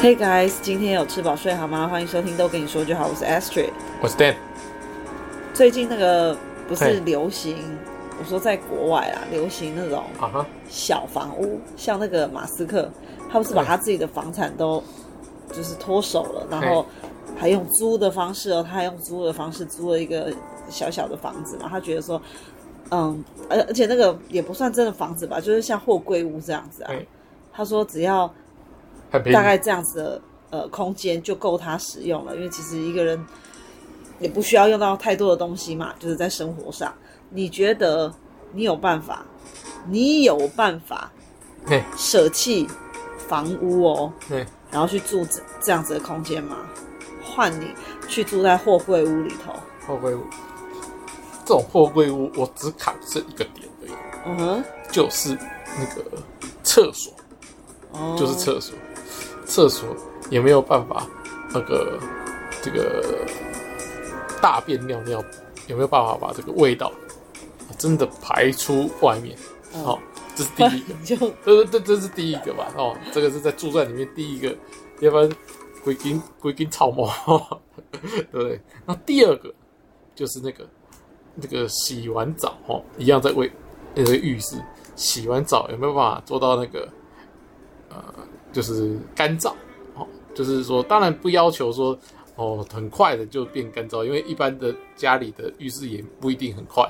Hey guys，今天有吃饱睡好吗？欢迎收听都跟你说就好，我是 Astrid。我是 Dan，最近那个不是嘿流行，我说在国外啊，流行那种啊哈，小房屋，像那个马斯克，他不是把对他自己的房产都就是脱手了，然后还用租的方式哦，他还用租的方式租了一个小小的房子嘛，他觉得说，嗯，而而且那个也不算真的房子吧，就是像货柜屋这样子啊对。他说只要哎很便宜，大概这样子的呃空间就够他使用了，因为其实一个人也不需要用到太多的东西嘛，就是在生活上。你觉得你有办法？你有办法嘿，舍弃房屋哦，对，然后去住这这样子的空间吗？换你去住在货柜屋里头，货柜屋，这种货柜屋我只卡这一个点而已，嗯哼，就是那个厕所，哦，就是厕所，厕所也没有办法那个这个大便尿尿有没有办法把这个味道真的排出外面？嗯，好、这是第一个 就这这这是第一个吧？哦，这个是在住在里面第一个，要不然鬼根鬼根草毛， 对不对？那第二个就是那个那个洗完澡哦，一样在卫那个浴室洗完澡有没有办法做到那个呃，就是干燥哦？就是说，当然不要求说哦很快的就变干燥，因为一般的家里的浴室也不一定很快，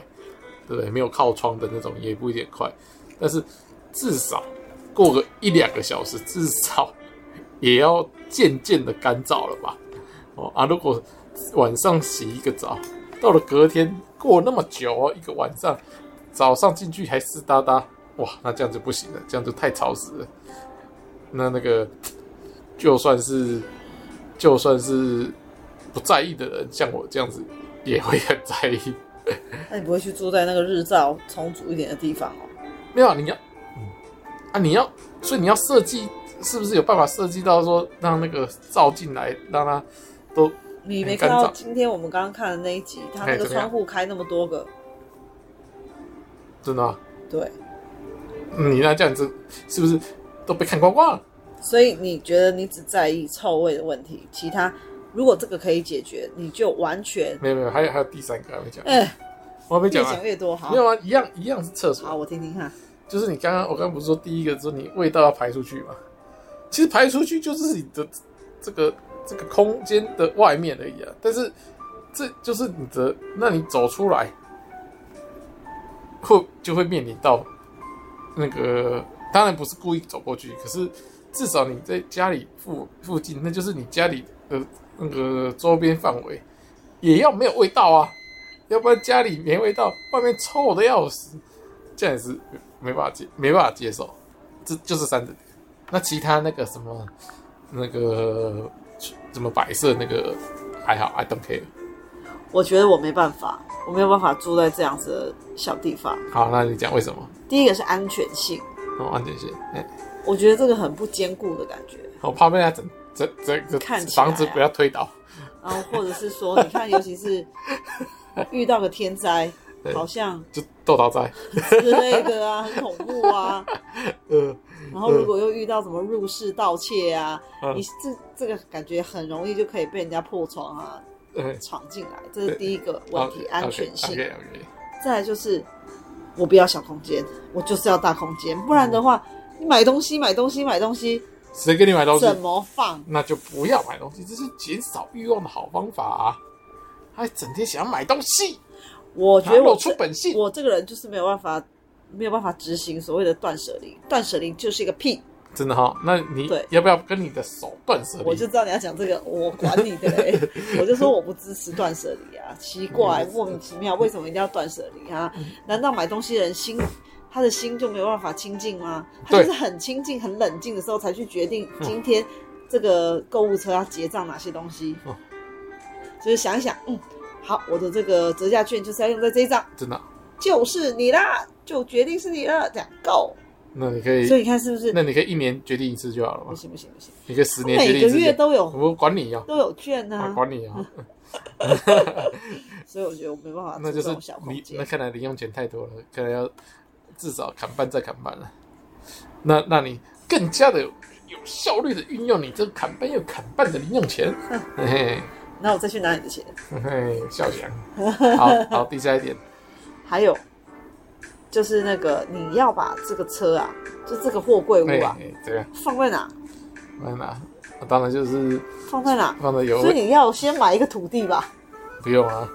对不对？没有靠窗的那种也不一定很快，但是至少过个一两个小时，至少也要渐渐的干燥了吧？哦啊，如果晚上洗一个澡，到了隔天过那么久哦，一个晚上，早上进去还湿哒哒，哇，那这样就不行了，这样就太潮湿了。那那个就算是就算是不在意的人，像我这样子也会很在意。那你不会去住在那个日照充足一点的地方哦？没有，啊你要，嗯，啊，你要，所以你要设计，是不是有办法设计到说让那个照进来，让它都你很没看干到燥今天我们刚刚看的那一集，他那哎个怎么样窗户开那么多个，真的啊、对，嗯你那这样子是不是都被看光光了？所以你觉得你只在意臭味的问题，其他如果这个可以解决，你就完全没有没有，还有还有第三个还没讲，哎、我还呃没越讲完想，越多好没。有啊，一样一样是厕所好，，我听听看。就是你刚刚我刚刚不是说第一个说你味道要排出去嘛？其实排出去就是你的这个这个空间的外面而已啊。但是这就是你的，那你走出来会就会面临到那个，当然不是故意走过去，可是至少你在家里附附近，那就是你家里的那个周边范围也要没有味道啊，要不然家里没味道，外面臭的要死。这样也是没没办法接，没办法接受，这就是三个点。那其他那个什么，那个什么摆设那个还好，I don't care。我觉得我没办法，我没有办法住在这样子的小地方。好，那你讲为什么？第一个是安全性，哦，安全性，哎、我觉得这个很不坚固的感觉。我怕被他整整整个看起来啊房子不要推倒。然后或者是说，你看，尤其是 遇到个天灾，对好像就豆倒在，之类的啊，很恐怖啊。呃，然后如果又遇到什么入室盗窃啊，嗯你这这个感觉很容易就可以被人家破窗啊，呃，闯进来，这是第一个问题，安全性。哦 OK OK，再来就是，我不要小空间，我就是要大空间，不然的话，嗯你买东西买东西买东西谁给你买东西？怎么放？那就不要买东西，这是减少欲望的好方法啊！还整天想要买东西，我觉得哪我露出这本性我这个人就是没有办法，没有办法执行所谓的断舍离，断舍离就是一个屁。真的哈、那你对要不要跟你的手断舍离？我就知道你要讲这个，我管你的 嘞，我就说我不支持断舍离啊，奇怪，嗯莫名其妙，为什么一定要断舍离啊？难道买东西的人心，他的心就没有办法清静吗？他就对嗯是很清静、很冷静的时候才去决定今天这个购物车要结账哪些东西嗯，就是想一想，嗯，好，我的这个折价券就是要用在这一张，真的啊、就是你啦，就决定是你了，这样够。那你可以所以你看是不是？那你可以一年决定一次就好了不嘛，行不行不行，你可以十年决每定一个次月就。都有我管你呀、都有券啊，啊。管你呀、 啊，所以我觉得我没办法那住就啊这是种小空你间那。看来零用钱太多了，啊可能要至少砍半再砍半了。那那你更加的有有效率的运用你这砍半又砍半的零用 钱。嘿嘿，那我再去拿你的钱。嘿嘿，笑 翔。好好，第三点，还有就是那个你要把这个车啊，就这个货柜嘿屋啊，嘿这个放在哪？放在哪？当然就是放在哪？放在有所以你要先买一个土地吧？不用啊，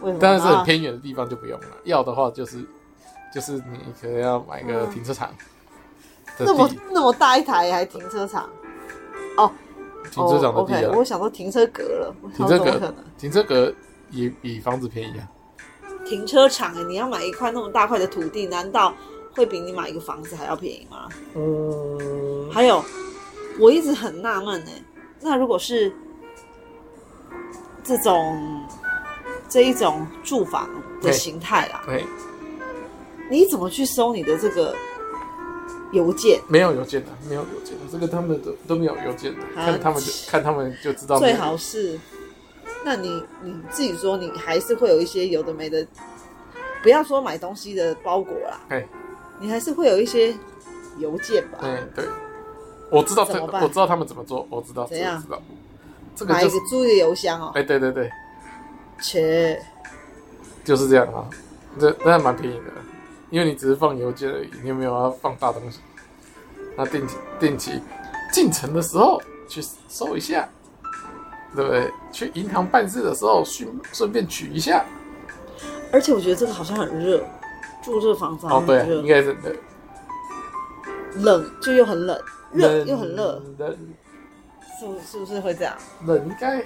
为什么？当然是很啊偏远的地方就不用了。要的话就是就是你可能要买个嗯停车场的那么地，那么大一台还停车场？ 停车场哦的，OK，地啊。我想说停车格了，我停想车说怎么可格能？，停车格也比房子便宜啊。停车场、欸，你要买一块那么大块的土地，难道会比你买一个房子还要便宜吗？嗯，还有，我一直很纳闷呢，那如果是这种这一种住房的形态啦，对，你怎么去收你的这个邮件？没有邮件的，没有邮件的，啊这个他们都都没有邮件的，啊看他们就看他们就知道没最有。好是，那你你自己说，你还是会有一些有的没的，不要说买东西的包裹啦，哎你还是会有一些邮件吧？哎，对，我知道这怎么办我知道他们怎么做，我知道，怎样我知道，这个买一就个是，租一个邮箱哦，哎，对对对，切，就是这样啊，这那还蛮便宜的，因为你只是放邮件而已，你有没有要放大东西？那定期定期进城的时候去收一下，对不对？去银行办事的时候顺顺便取一下。而且我觉得这个好像很热，住这个房子好哦，像对啊，很热，应该是的。冷就又很冷，热冷又很热，，冷是不是不是会这样？冷应该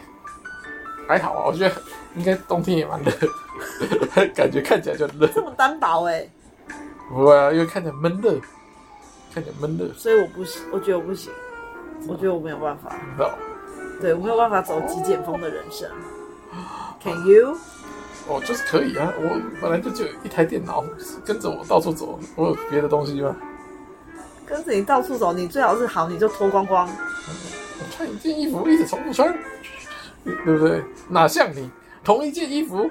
还好啊，我觉得应该冬天也蛮热， 感觉看起来就很热。这么单薄哎、不会啊，因为看起来闷热，看起来闷热，所以我不行，我觉得我不行，我觉得我没有办法，你知道吗？对我没有办法走极简风的人生。Can you？哦，就是可以啊，我本来就只有一台电脑，跟着我到处走，我有别的东西吗？跟着你到处走，你最好是好你就脱光光，我穿一件衣服一直重复穿，对不对？哪像你同一件衣服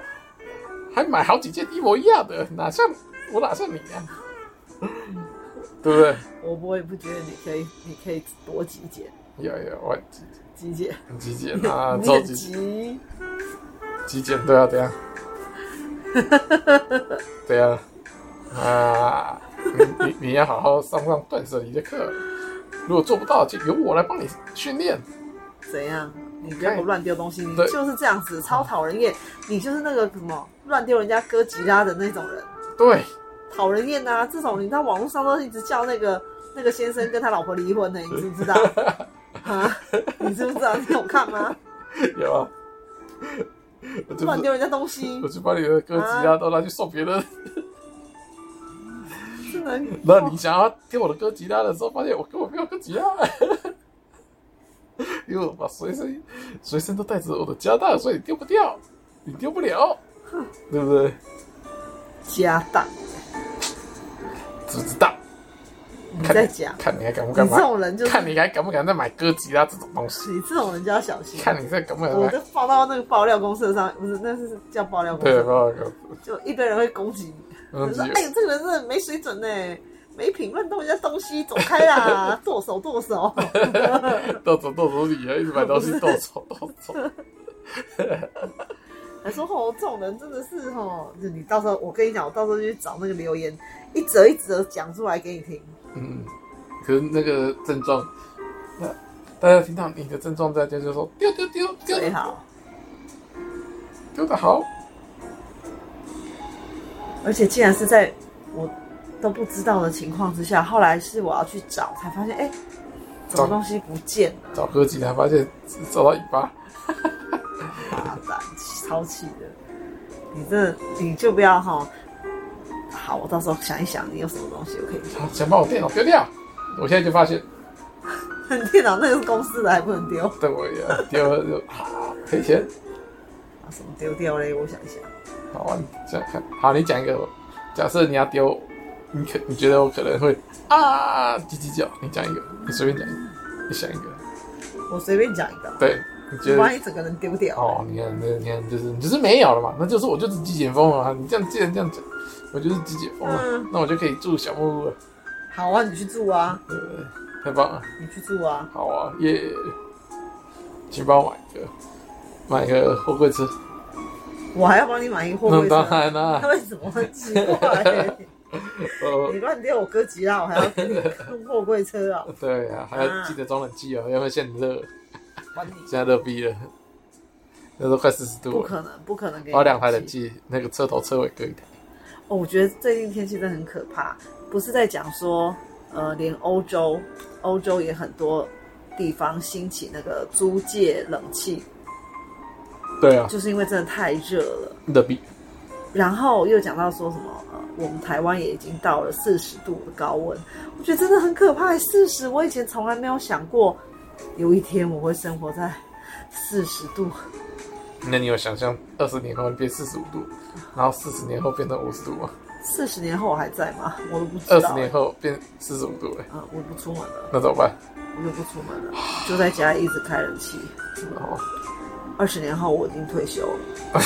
还买好几件一模一样的，哪像我哪像你啊？ 对不对？我不会不觉得你可以，你可以多极简，有有，我极极简，很极简 啊，你超很级极，极简，对啊，对啊，对啊，啊，你你你要好好上上断舍离的课，如果做不到，就由我来帮你训练。怎样？你不要给我乱丢东西，你对就是这样子，超讨人厌。你就是那个什么乱丢人家哥吉拉的那种人。对， 讨人厌呐、这种你到网络上都一直叫那个那个先生跟他老婆离婚呢、你知不知 道？啊，你知不知道？你有看吗？有啊，我就乱是丢人家东西我，就把你的歌吉啊都拿去送别人，真的。那你想要听我的歌吉他的时候，发现我根本没有歌吉他， 因为我把随身随身都带着我的家当，所以丢不掉，你丢不了，对不对？家当？知不知道？你在讲，看你还敢不敢你这买？种人就是 看你还敢不敢再买歌吉他这种东西？ 你这种人就要小心。看你再敢不敢我买？就放到那个爆料公社上，不是，那是叫爆料公对，社，不好就一堆人会攻击你，嗯就说：“哎、这个人真的没水准呢、没品，乱动人家东西，走开 啦，剁手剁手。到手到手你啊，一直买东西到手到手， 还说吼，这种人真的是吼，就你到时候我跟你讲，我到时候就去找那个留言，一折一折讲出来给你听。嗯，可是那个症状，那大家听到你的症状在家就说丢丢丢丢最好，丢的好，而且竟然是在我都不知道的情况之下，后来是我要去找，才发现哎，什么东西不见了，找歌吉他发现只找到尾巴，麻烦，超气的。你这你就不要哈。好，我到时候想一想，你有什么东西我可以他想把我电脑丢掉，我现在就发现，看。电脑那个是公司的，还不能丢，对我也丢了就啊赔钱，啊什么丢掉嘞？我想一想，好玩，这样看，好，你讲一个，假设你要丢，你可你觉得我可能会啊叽叽叫，你讲一个，你随便讲一个，你想一个，我随便讲一个，对，你觉我把得你整个人丢掉。哦，你看，那你看，就是你就是没有了嘛，那就是我就是极简风了嘛，你这样既然这样讲，我就是极简风了，嗯那我就可以住小木屋了，好啊，你去住啊。对不对？太棒了，你去住啊，好啊，耶！请帮我买一个，买一个货柜车。我还要帮你买一个货那柜车 当，然啦、 他们怎么会奇怪、呃你，乱丢我哥吉拉，我还要给你弄货柜车 啊！对啊，还要记得装冷气哦，要不然现在很热，管你，现在热逼了，那都快四十不度了。可能，不可能给你我哦两台冷气气，那个车头车尾各一台。哦，我觉得最近天气真的很可怕，不是在讲说，呃，连欧洲，欧洲也很多地方兴起那个租借冷气，对啊，就是因为真的太热了。热逼。然后又讲到说什么，呃，我们台湾也已经到了四十度的高温，我觉得真的很可怕。四十，我以前从来没有想过，有一天我会生活在四十度。那你有想象二十年后变四十五度，然后四十年后变成五十度吗？四十年后我还在吗？我都不知道、欸二十年后变四十五度了，呃，我不出门了，那怎么办？我就不出门了，就在家一直开冷气。然后，二十年后我已经退休了，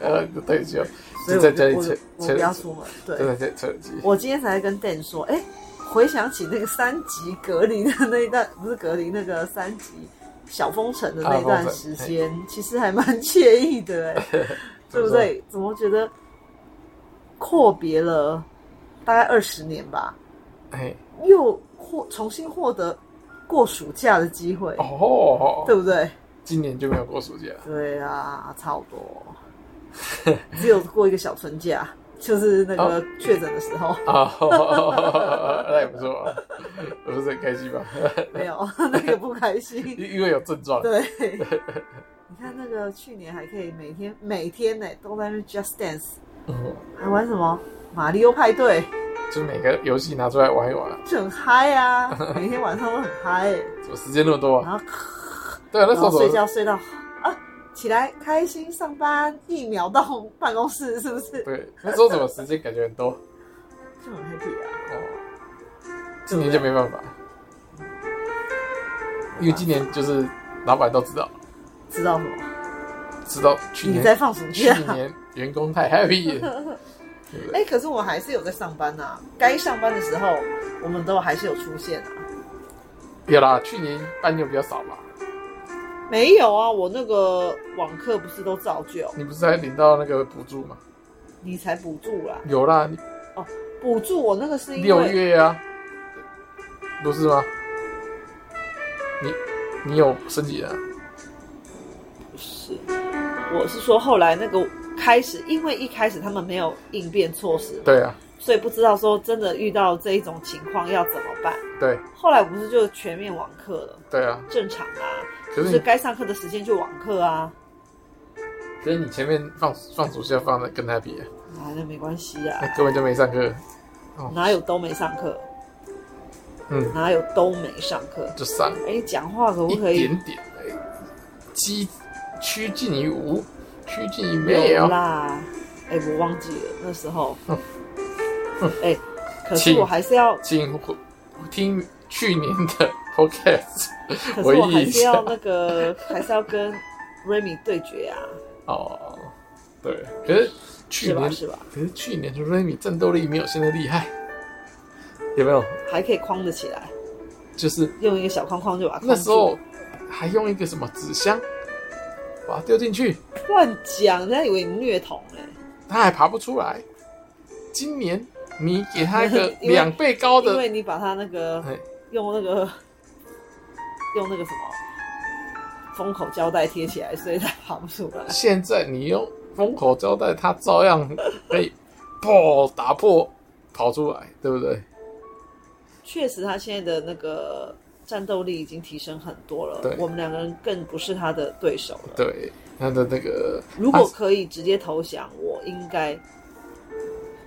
呃，就退休，所以就我在家里就我吹就我吹不要冷气，出门。就对，在家里吹冷气。我今天才跟 Dan 说，哎、回想起那个三级隔离的那一段， 不是隔离那个三级小封城的那一啊段封城时间，其实还蛮惬意的、 哎，对不对？怎么觉得阔别了大概二十年吧，哎，又获重新获得过暑假的机会，哦，对不对？今年就没有过暑假，对啊，差不多， 只有过一个小春假，就是那哦个确诊的时 候，啊，那也不错啊，我不是很开心吧？没有那个不开心。因因为有症状，对， 你看那个去年还可以每天每天呢、都在那边 Just Dance，嗯，还玩什么马里奥派对，就每个游戏拿出来玩一玩，就很嗨 啊，每天晚上都很嗨、怎么时间那么多啊？然后对啊，那然时候后怎么睡觉睡到啊起来开心上班，一秒到办公室是不是对，那时候怎么时间感觉很多？就很 happy 啊？哦，今年就没办法，因为今年就是老板都知道，知道什么？知道去你年在放暑去假。年员工 太 happy 了，对不哎、对？可是我还是有在上班呐、该上班的时候，我们都还是有出现啊。有啦，去年班就比较少嘛，没有啊，我那个网课不是都照旧，你不是还领到那个补助吗？你才补助啦。有啦，补助我那个是因六为月啊，不是吗？你你有升级啊？不是，我是说后来那个开始，因为一开始他们没有应变措施，对啊，所以不知道说真的遇到这一种情况要怎么办。对后来不是就全面网课了，对啊。正常啊，可就是是你，该上课的时间就网课啊，可是你前面放放暑假放的跟他比、啊，啊，那没关系啊那，根本就没上课，哪有都没上课，嗯，哪有都没上课。就上。哎，你讲话可一不可以？点点，哎，几趋近于无，趋近于没有。啦，哎，我忘记了那时候嗯。哎，可是请我还是要，请回听去年的 podcast 可回是我还忆一是要下。那个，还是要跟 Remy 对决啊，哦，对，可是去是吧？年，是吧？可是去年的 Remy 战斗力没有现在厉害，有没有？还可以框得起来，就是用一个小框框就把它框那时候住还用一个什么纸箱把它丢进去，乱讲，人家以为你虐童哎，它还爬不出来。今年你给它一个 因为两倍高因的，为你把它那个哎，用那个用那个什么封口胶带贴起来，所以它爬不出 来。现在你用封口胶带，它照样可以破打破跑出来，对不对？确实，他现在的那个战斗力已经提升很多对了。我们两个人更不是他的对手了。对，它的那个如果可以直接投降，我应该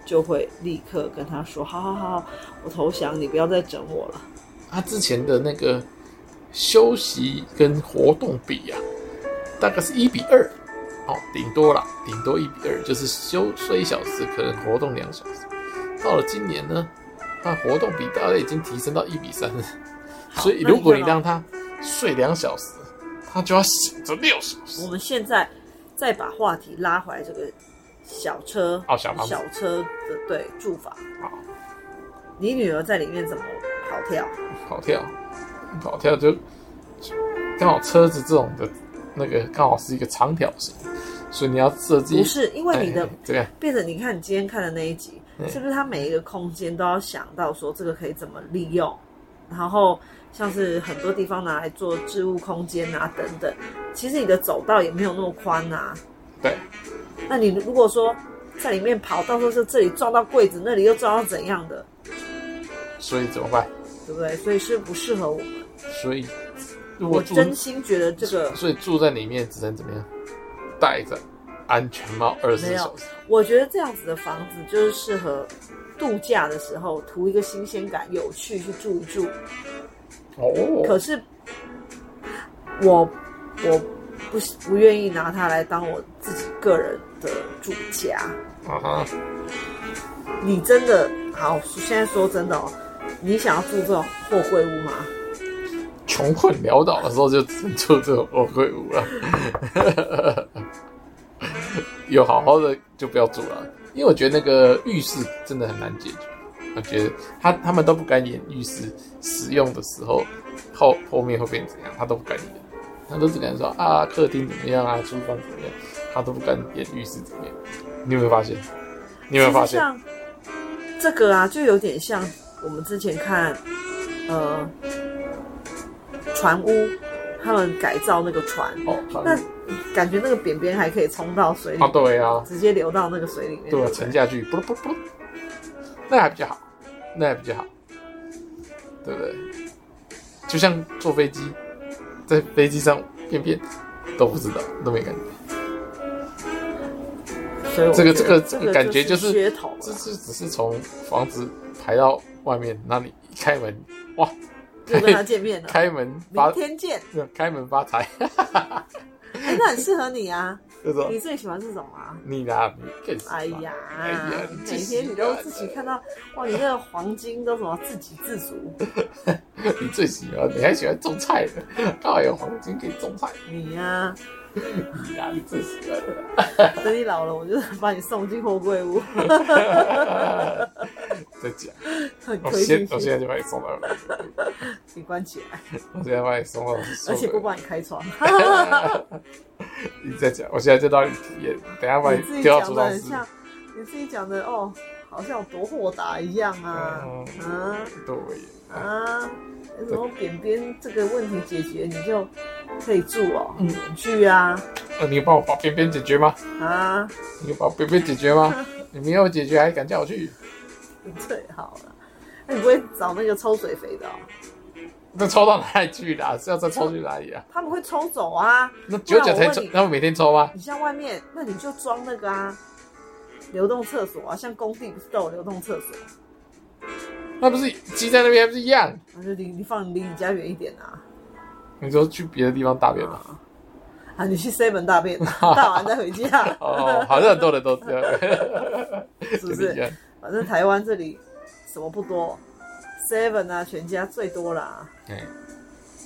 就会立刻跟他说：“好好好，我投降，你不要再整我了。它之前的那个休息跟活动比啊，大概是一比二，哦，顶多啦，顶多一比二，就是休睡一小时，可能活动两小时。到了今年呢，它活动比大概已经提升到一比三了，好”所以那如果看你哦让它睡两小时，它就要醒着六小时我。们现在再把话题拉回来，这个小车哦小房子车的对住房，好你女儿在里面怎么跑跳，跑跳，跑跳就刚好车子这种的，那个刚好是一个长条形，所以你要设计不是因为你的哎这个变成你看你今天看的那一集，嗯是不是它每一个空间都要想到说这个可以怎么利用，然后像是很多地方拿来做置物空间啊等等。其实你的走道也没有那么宽啊。对。那你如果说在里面跑，到时候是这里撞到柜子，那里又撞到怎样的，所以怎么办？对不对？所以是不适合我。所以如我果住，真心觉得这个，所以住在里面只能怎么样？戴着安全帽二十没有小时，我觉得这样子的房子就是适合度假的时候图一个新鲜感，有趣去住一住。哦，可是我我不喜不愿意拿它来当我自己个人的住家。啊哈，你真的好，现在说真的哦，你想要住这种货柜屋吗？穷困潦倒的时候就 只能住这种欧会屋了。 有好好的就不要住了，因为我觉得那个浴室真的很难解决。我觉得他他们都不敢演浴室使用的时候后后面会变怎样，他都不敢演，他都只敢说啊客厅怎么样啊，厨房怎么样，他都不敢演浴室怎么样。你有没有发现？你有没有发其实现？像这个啊，就有点像我们之前看呃船屋，他们改造那个船，哦，那感觉那个扁扁还可以冲到水里，啊对啊，直接流到那个水里面。对吧？不沉下去，不不不，那还比较好，那还比较好，对不对？就像坐飞机，在飞机上便便都不知道，都没感觉，所以我这觉个这得个这这个感觉就是噱头啦，这这只是从房子排到外面，那你一开门，哇，又跟他见面了。开门明发，嗯天见，开门发财， 哎、那很适合你啊！这种你最喜欢这种啊？你哪里更喜欢哎呀，哎呀你最每喜天欢你都自己看到，哇，你那个黄金都什么自给自足， 你最喜欢，你还喜欢种菜的，刚好有黄金可以种菜，你呀、你哪里最喜欢 的？等你老了，我就把你送进货柜哦屋，再讲，很我推现进我现在去，就把你送到。你关起来，我现在把你送到，送而且不了帮你开 窗，你再讲，我现在就到你体验，等一下把你自己丢到讲厨的房很室。像，你自己讲的哦，好像有多豁达一样啊，嗯对，啊啊，有什么扁扁这个问题解决，你就可以住哦，嗯远距啊那呃你有帮我把边边解决吗？啊， 你有把边边解决吗？你没有解决还敢叫我去？最好了。那你不会找那个抽水肥的、哦？那抽到哪里去啦？是要再抽去哪里啊？他们会抽走啊。那九九不然才我抽问，你他们每天抽吗？你像外面，那你就装那个啊，流动厕所啊，像工地不是都有流动厕所？那不是鸡在那边还不是一样？那就离你放离你家远一点啊。你说去别的地方大便吗？啊，你去 seven 大 便，大完再回家，哦，好像很多人都这样， 是不 就是一是？样。反正台湾这里什么不多，seven 啊，全家最多啦。哎，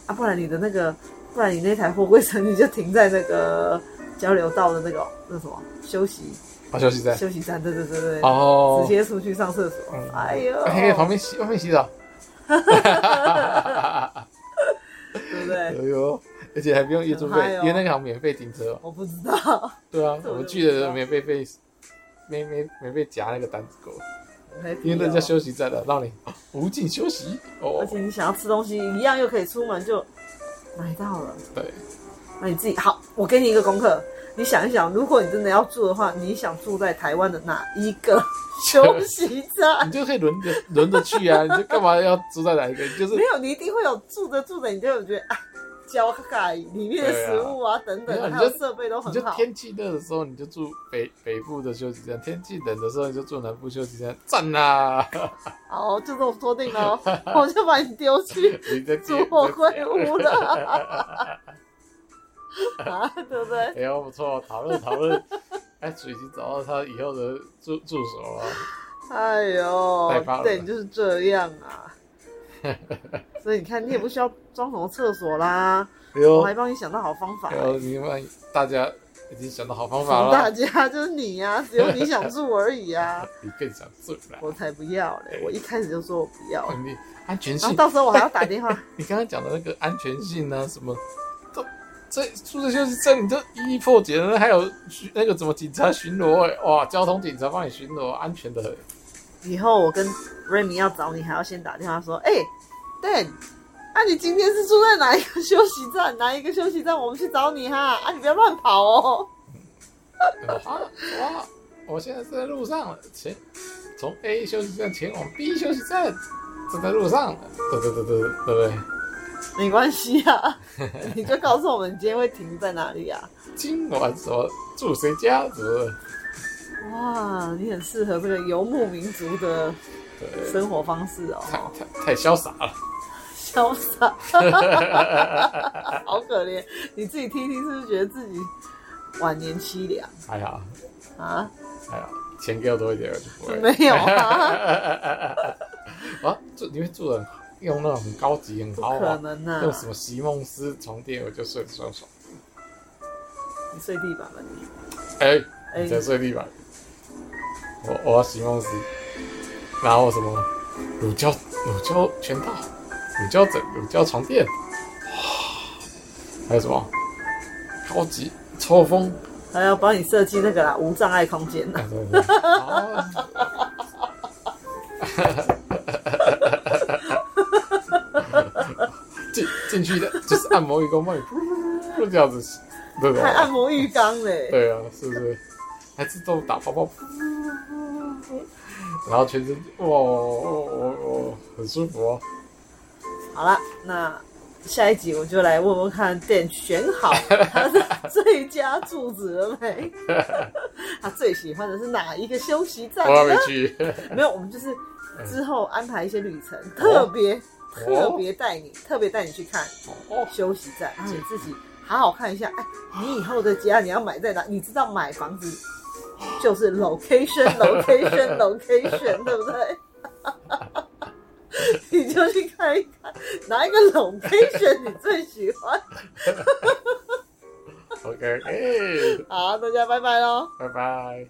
啊，不然你的那个，不然你那台货柜车你就停在那个交流道的那个那什么休息好休息 站。休息站，对对对对，哦直，接出去上厕所嗯。哎呦，还可以旁边洗，外面洗澡。 对不对？哎呦，而且还不用业主费，很嗨哦因为那个好像免费停车嘛。我不知道，对啊，这我我就们不去知的道免费被没没没被夹那个单子狗，没必 因为那要叫休息站的，让你啊无尽休息哦 而。且你想要吃东西，一样又可以出门就买到了。对，那你自己好，我给你一个功课，你想一想，如果你真的要住的话，你想住在台湾的哪一个 休息站 你？就可以轮着轮着去啊，你就干嘛要住在哪一个？你就是没有，你一定会有住着住着，你就有觉得啊，焦盖里面的食物啊等没有等，你还有就设备都你很就好。天气热的时候你就住北北部的休息站，天气冷的时候你就住南部休息站，赞啊啦！ 好，哦就这么说定 了哦，我就把你丢去你在住火龟屋 了。啊，对不对？哎呦不错，讨论讨论，哎，水已经找到他以后的住住所了。哎太呦棒了，对，你就是这样 啊。所以你看，你也不需要装什么厕所啦，哎呦我还帮你想到好方法、然后你们大家已经想到好方法冯大了，家就是你呀、只有你想住而已啊！你更想做了。我才不要嘞！我一开始就说我不要， 你安全然后性，到时候我还要打电话。你刚刚讲的那个安全性啊，什么都这宿舍休息站你都一一破解了，还有巡那个什么警察巡逻、欸，哇，交通警察帮你巡逻，安全的很。以后我跟瑞米要找你，还要先打电话说，哎、d a n 啊，你今天是住在哪一个休息站？哪一个休息站？我们去找你哈！啊，你不要乱跑哦。 啊，哇，我现在是在路上了，前从 A 休息站前往 B 休息站，正在路上了，对对对对对对对。没关系啊，你就告诉我们你今天会停在哪里啊。今晚什么住谁家？什么哇，你很适合这个游牧民族的对，生活方式哦，太太太潇洒了。潇洒，好可怜。你自己听听，是不是觉得自己晚年凄凉还好啊？还好，哎钱给我多一点，我就不会。没有啊，啊，住里面住的用那种很高级、很不豪可华，能啊。用什么席梦思床垫，我就睡得爽爽。你睡地板吧你。哎、哎你才睡地板。我我要席梦思，然后什么乳胶乳胶全套，乳胶枕、乳胶床垫，哇，还有什么高级抽风还要帮你设计那个啦，无障碍空间啦。哦，进进去的就是按摩一个梦，这样子，对还按吧？摩浴缸嘞、对啊，是不是？还自动打泡泡，然后全身哇，我我我很舒服哦。好啦，那下一集我就来问问看店选 好他的最佳住址了 没？他最喜欢的是哪一个休息站我还没呢？去，没有，我们就是之后安排一些旅程，特别、特别带你，特别带你去看哦，休息站，然后你自己好好看一下。哎，你以后的家你要买在哪？你知道买房子 就是 location location location，对不对？ 你就去看一看哪一个 location 你最喜欢。 OK，哎，好，大家拜拜喽。拜拜。